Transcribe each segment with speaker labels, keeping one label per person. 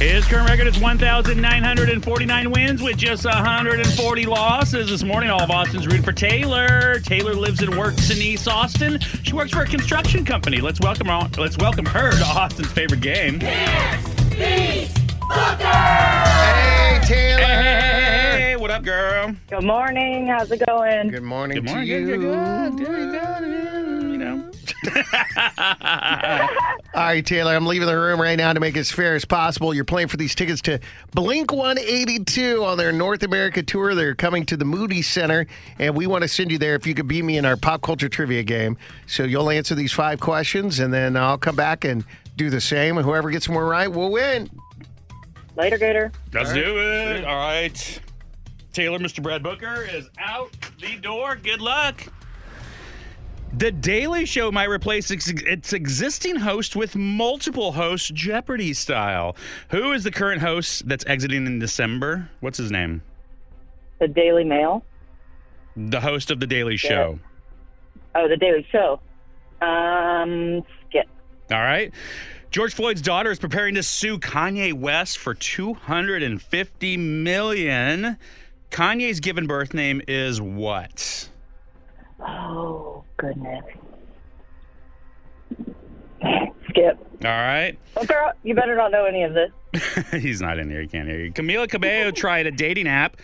Speaker 1: His current record is 1,949 wins with just 140 losses. This morning, all of Austin's rooting for Taylor. Taylor lives and works in East Austin. She works for a construction company. Let's welcome her, let's welcome her to Austin's favorite game.
Speaker 2: Hey, Taylor.
Speaker 1: Hey, what up, girl?
Speaker 3: Good morning. How's it going?
Speaker 2: Good morning
Speaker 1: Good morning.
Speaker 2: to you.
Speaker 1: Good, good, good, good, You know.
Speaker 2: All right, Taylor, I'm leaving the room right now to make it as fair as possible. You're playing for these tickets to Blink 182 on their North America tour. They're coming to the Moody Center, and we want to send you there if you could beat me in our pop culture trivia game. So you'll answer these five questions, and then I'll come back and do the same. And whoever gets more right will win.
Speaker 3: Later, Gator.
Speaker 1: Let's do it. All right. Taylor, Mr. Brad Booker is out the door. Good luck. The Daily Show might replace ex- its existing host with multiple hosts, Jeopardy style. Who is the current host that's exiting in December? What's his name?
Speaker 3: The Daily Mail.
Speaker 1: The host of The Daily Show.
Speaker 3: Oh, the Daily Show. Um, skip.
Speaker 1: All right. George Floyd's daughter is preparing to sue Kanye West for 250 million. Kanye's given birth name is what?
Speaker 3: Oh goodness. Skip.
Speaker 1: All right.
Speaker 3: Well, girl, you better not know any of this.
Speaker 1: He's not in here. He can't hear you. Camila Cabello tried a dating app,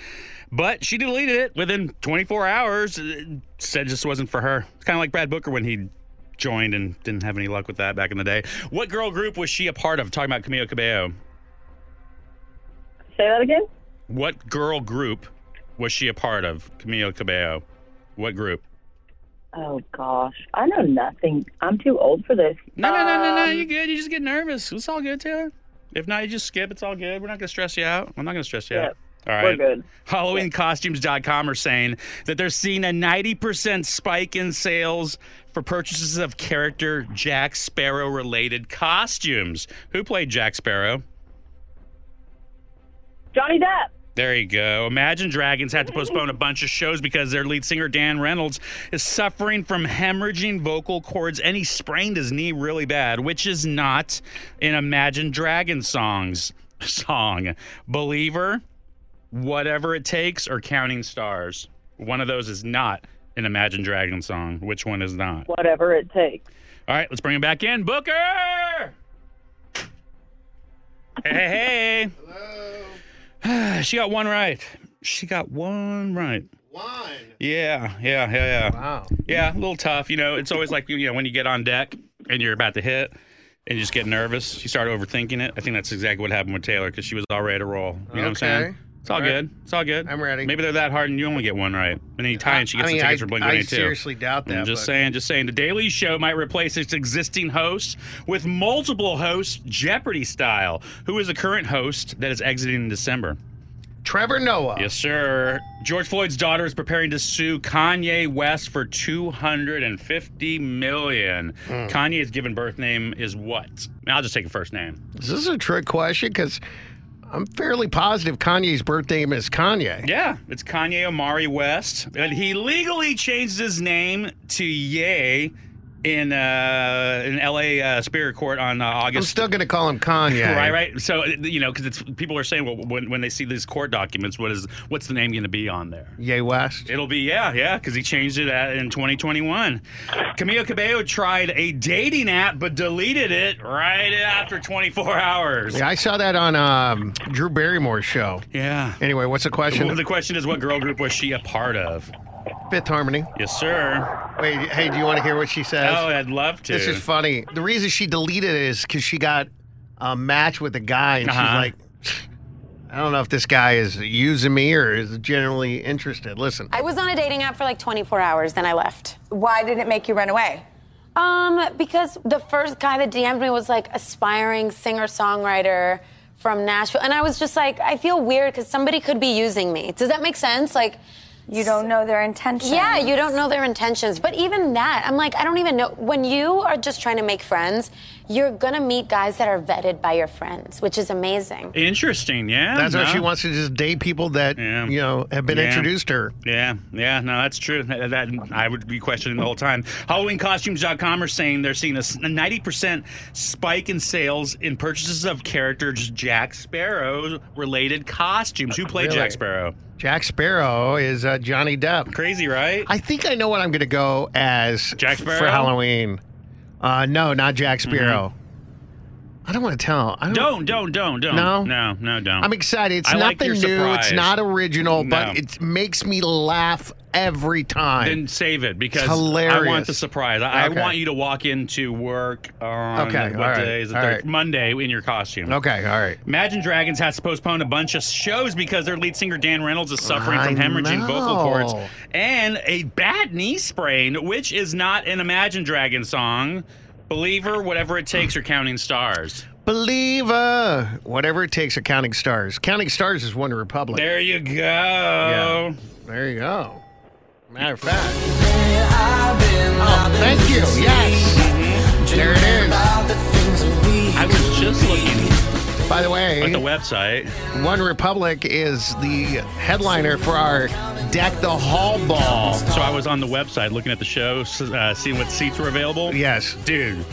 Speaker 1: but she deleted it within 24 hours. It Said this wasn't for her. It's kind of like Brad Booker when he joined and didn't have any luck with that back in the day. What girl group was she a part of? Talking about Camila Cabello.
Speaker 3: Say that again.
Speaker 1: What girl group was she a part of? Camila Cabello. What group?
Speaker 3: Oh gosh, I know nothing. I'm too old for this.
Speaker 1: No, no, no, no, no.
Speaker 3: Um,
Speaker 1: You're good. You just get nervous. It's all good, Taylor. If not, you just skip. It's all good. We're not going to stress you out. I'm not going to stress you out. All
Speaker 3: We're
Speaker 1: right.
Speaker 3: good.
Speaker 1: HalloweenCostumes.com are saying that they're seeing a 90% spike in sales for purchases of character Jack Sparrow related costumes. Who played Jack Sparrow?
Speaker 3: Johnny Depp.
Speaker 1: There you go. Imagine Dragons had to postpone a bunch of shows because their lead singer Dan Reynolds is suffering from hemorrhaging vocal cords and he sprained his knee really bad, which is not an Imagine Dragons songs song. Believer, whatever it takes, or Counting Stars. One of those is not an Imagine Dragons song. Which one is not?
Speaker 3: Whatever it takes.
Speaker 1: All right, let's bring him back in. Booker! Hey, hey, hey. Hello. she got one right. She got one right.
Speaker 2: One.
Speaker 1: Yeah, yeah, yeah, yeah.
Speaker 2: Wow.
Speaker 1: Yeah, a little tough. You know, it's always like, you know, when you get on deck and you're about to hit and you just get nervous, you start overthinking it. I think that's exactly what happened with Taylor because she was all ready to roll. You know what I'm saying?
Speaker 2: Okay.
Speaker 1: It's all,
Speaker 2: All right.
Speaker 1: good. It's all good.
Speaker 2: I'm ready.
Speaker 1: Maybe they're that hard and you only get one right. And then you tie and she gets
Speaker 2: I mean,
Speaker 1: the tickets
Speaker 2: I,
Speaker 1: for Blink
Speaker 2: I
Speaker 1: 182.
Speaker 2: seriously doubt that.
Speaker 1: I'm just
Speaker 2: but-
Speaker 1: saying, just saying. The Daily Show might replace its existing host with multiple hosts, Jeopardy style. Who is the current host that is exiting in December?
Speaker 2: Trevor Noah.
Speaker 1: Yes, sir. George Floyd's daughter is preparing to sue Kanye West for 250 million.
Speaker 2: Hmm.
Speaker 1: Kanye's given birth name is what? I'll just take a first name.
Speaker 2: Is this a trick question? Because I'm fairly positive Kanye's birth name is Kanye.
Speaker 1: Yeah, it's Kanye Omari West, and he legally changed his name to Ye in uh, in L.A. Uh, Spirit Court on uh,
Speaker 2: I'm
Speaker 1: August
Speaker 2: still going to call him Kanye.
Speaker 1: Right, right. So uh, you know, because it's people are saying, well, when when they see these court documents, what is what's the name going to be on there?
Speaker 2: Ye West.
Speaker 1: It'll be yeah, yeah, because he changed it at, in 2021. Camilo Cabello tried a dating app but deleted it right after 24 hours.
Speaker 2: Yeah, I saw that on um, Drew Barrymore's show.
Speaker 1: Yeah.
Speaker 2: Anyway, what's the
Speaker 1: Well,
Speaker 2: question?
Speaker 1: the question is, what girl group was she a part of?
Speaker 2: Fifth Harmony.
Speaker 1: Yes, sir.
Speaker 2: Wait, hey, do you want to hear what she says?
Speaker 1: Oh, I'd love to.
Speaker 2: this is funny. The reason she deleted it is because she got a match with a guy, and
Speaker 1: Uh-huh.
Speaker 2: she's like, I don't know if this guy is using me or is generally interested. Listen.
Speaker 4: I was on a dating app for like 24 hours, then I left.
Speaker 5: Why did it make you run away?
Speaker 4: Um, because the first guy that DM'd me was like aspiring singer songwriter from Nashville, and I was just like, I feel weird because somebody could be using me. Does that make sense? Like,
Speaker 5: You don't know their intentions.
Speaker 4: yeah, you don't know their intentions. But even that, I'm like, I don't even know. When you are just trying to make friends, you're gonna meet guys that are vetted by your friends, which is amazing.
Speaker 1: Interesting. Yeah.
Speaker 2: That's why
Speaker 1: no.
Speaker 2: she wants to just date people that
Speaker 1: Yeah.
Speaker 2: you know have been
Speaker 1: Yeah.
Speaker 2: introduced to her.
Speaker 1: Yeah, yeah, no, that's true. That, that- I would be questioning the whole time. HalloweenCostumes.com are saying they're seeing a s- a ninety percent spike in sales in purchases of characters Jack Sparrow related costumes. Who played
Speaker 2: Really?
Speaker 1: Jack Sparrow?
Speaker 2: Jack Sparrow is uh, Johnny Depp.
Speaker 1: Crazy, right?
Speaker 2: I think I know what I'm going to go as
Speaker 1: Jack
Speaker 2: for
Speaker 1: Sparrow? Mm-hmm.
Speaker 2: Halloween. Uh, no, not Jack Sparrow. I don't want to tell. I don't.
Speaker 1: don't, don't, don't, don't.
Speaker 2: No?
Speaker 1: no, no, don't.
Speaker 2: I'm excited. It's
Speaker 1: I like your
Speaker 2: nothing new.
Speaker 1: surprise.
Speaker 2: It's not original,
Speaker 1: No.
Speaker 2: but it makes me laugh every time.
Speaker 1: Then save it because I want
Speaker 2: hilarious.
Speaker 1: the surprise. I,
Speaker 2: Okay.
Speaker 1: I want you to walk into work on
Speaker 2: Okay,
Speaker 1: what
Speaker 2: all right,
Speaker 1: day is it?
Speaker 2: all
Speaker 1: Thir-
Speaker 2: right.
Speaker 1: Monday in your costume.
Speaker 2: okay, all right.
Speaker 1: Imagine Dragons has to postpone a bunch of shows because their lead singer Dan Reynolds is suffering from
Speaker 2: I
Speaker 1: hemorrhaging vocal
Speaker 2: know.
Speaker 1: cords and a bad knee sprain, which is not an Imagine Dragons song. Believer, whatever it takes, or counting stars.
Speaker 2: Believer, whatever it takes. of Counting Stars. Counting Stars is One Republic.
Speaker 1: There you go.
Speaker 2: There you go. Matter of fact. Oh, thank you. Yes. There it
Speaker 1: I was just looking
Speaker 2: is. By the
Speaker 1: at the
Speaker 2: way,
Speaker 1: website.
Speaker 2: One Republic is the headliner for our Deck the Hall Ball.
Speaker 1: So I was on the website looking at the show, s- uh, seeing what seats were available.
Speaker 2: Yes.
Speaker 1: dude,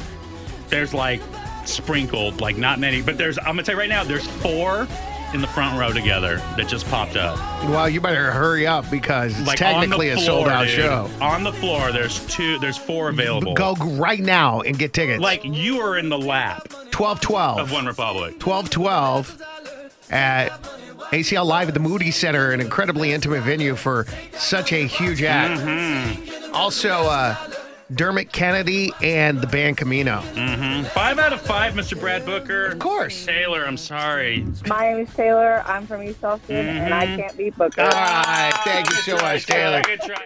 Speaker 1: there's like sprinkled, like not many, but there's, I'm gonna tell you right now, there's four in the front row together that just popped up.
Speaker 2: Well, you better hurry up because it's
Speaker 1: Like
Speaker 2: technically
Speaker 1: on
Speaker 2: a
Speaker 1: the floor,
Speaker 2: sold out
Speaker 1: dude.
Speaker 2: show.
Speaker 1: On the floor, there's two, there's four available.
Speaker 2: Go right now and get tickets.
Speaker 1: Like you are in the lap
Speaker 2: 12
Speaker 1: of
Speaker 2: 12.
Speaker 1: One Republic.
Speaker 2: 12 12 at ACL Live at the Moody Center, an incredibly intimate venue for such a huge act.
Speaker 1: Mm-hmm.
Speaker 2: Also, uh, Dermot Kennedy and the band Camino.
Speaker 1: Five out of five, Mr. Brad Booker. Of
Speaker 2: course.
Speaker 1: Taylor, I'm sorry.
Speaker 5: My name is Taylor. I'm from East Austin, and I
Speaker 1: Mm-hmm.
Speaker 5: can't be booked.
Speaker 2: All right. Thank you so much, Taylor.
Speaker 1: Ah, Good try.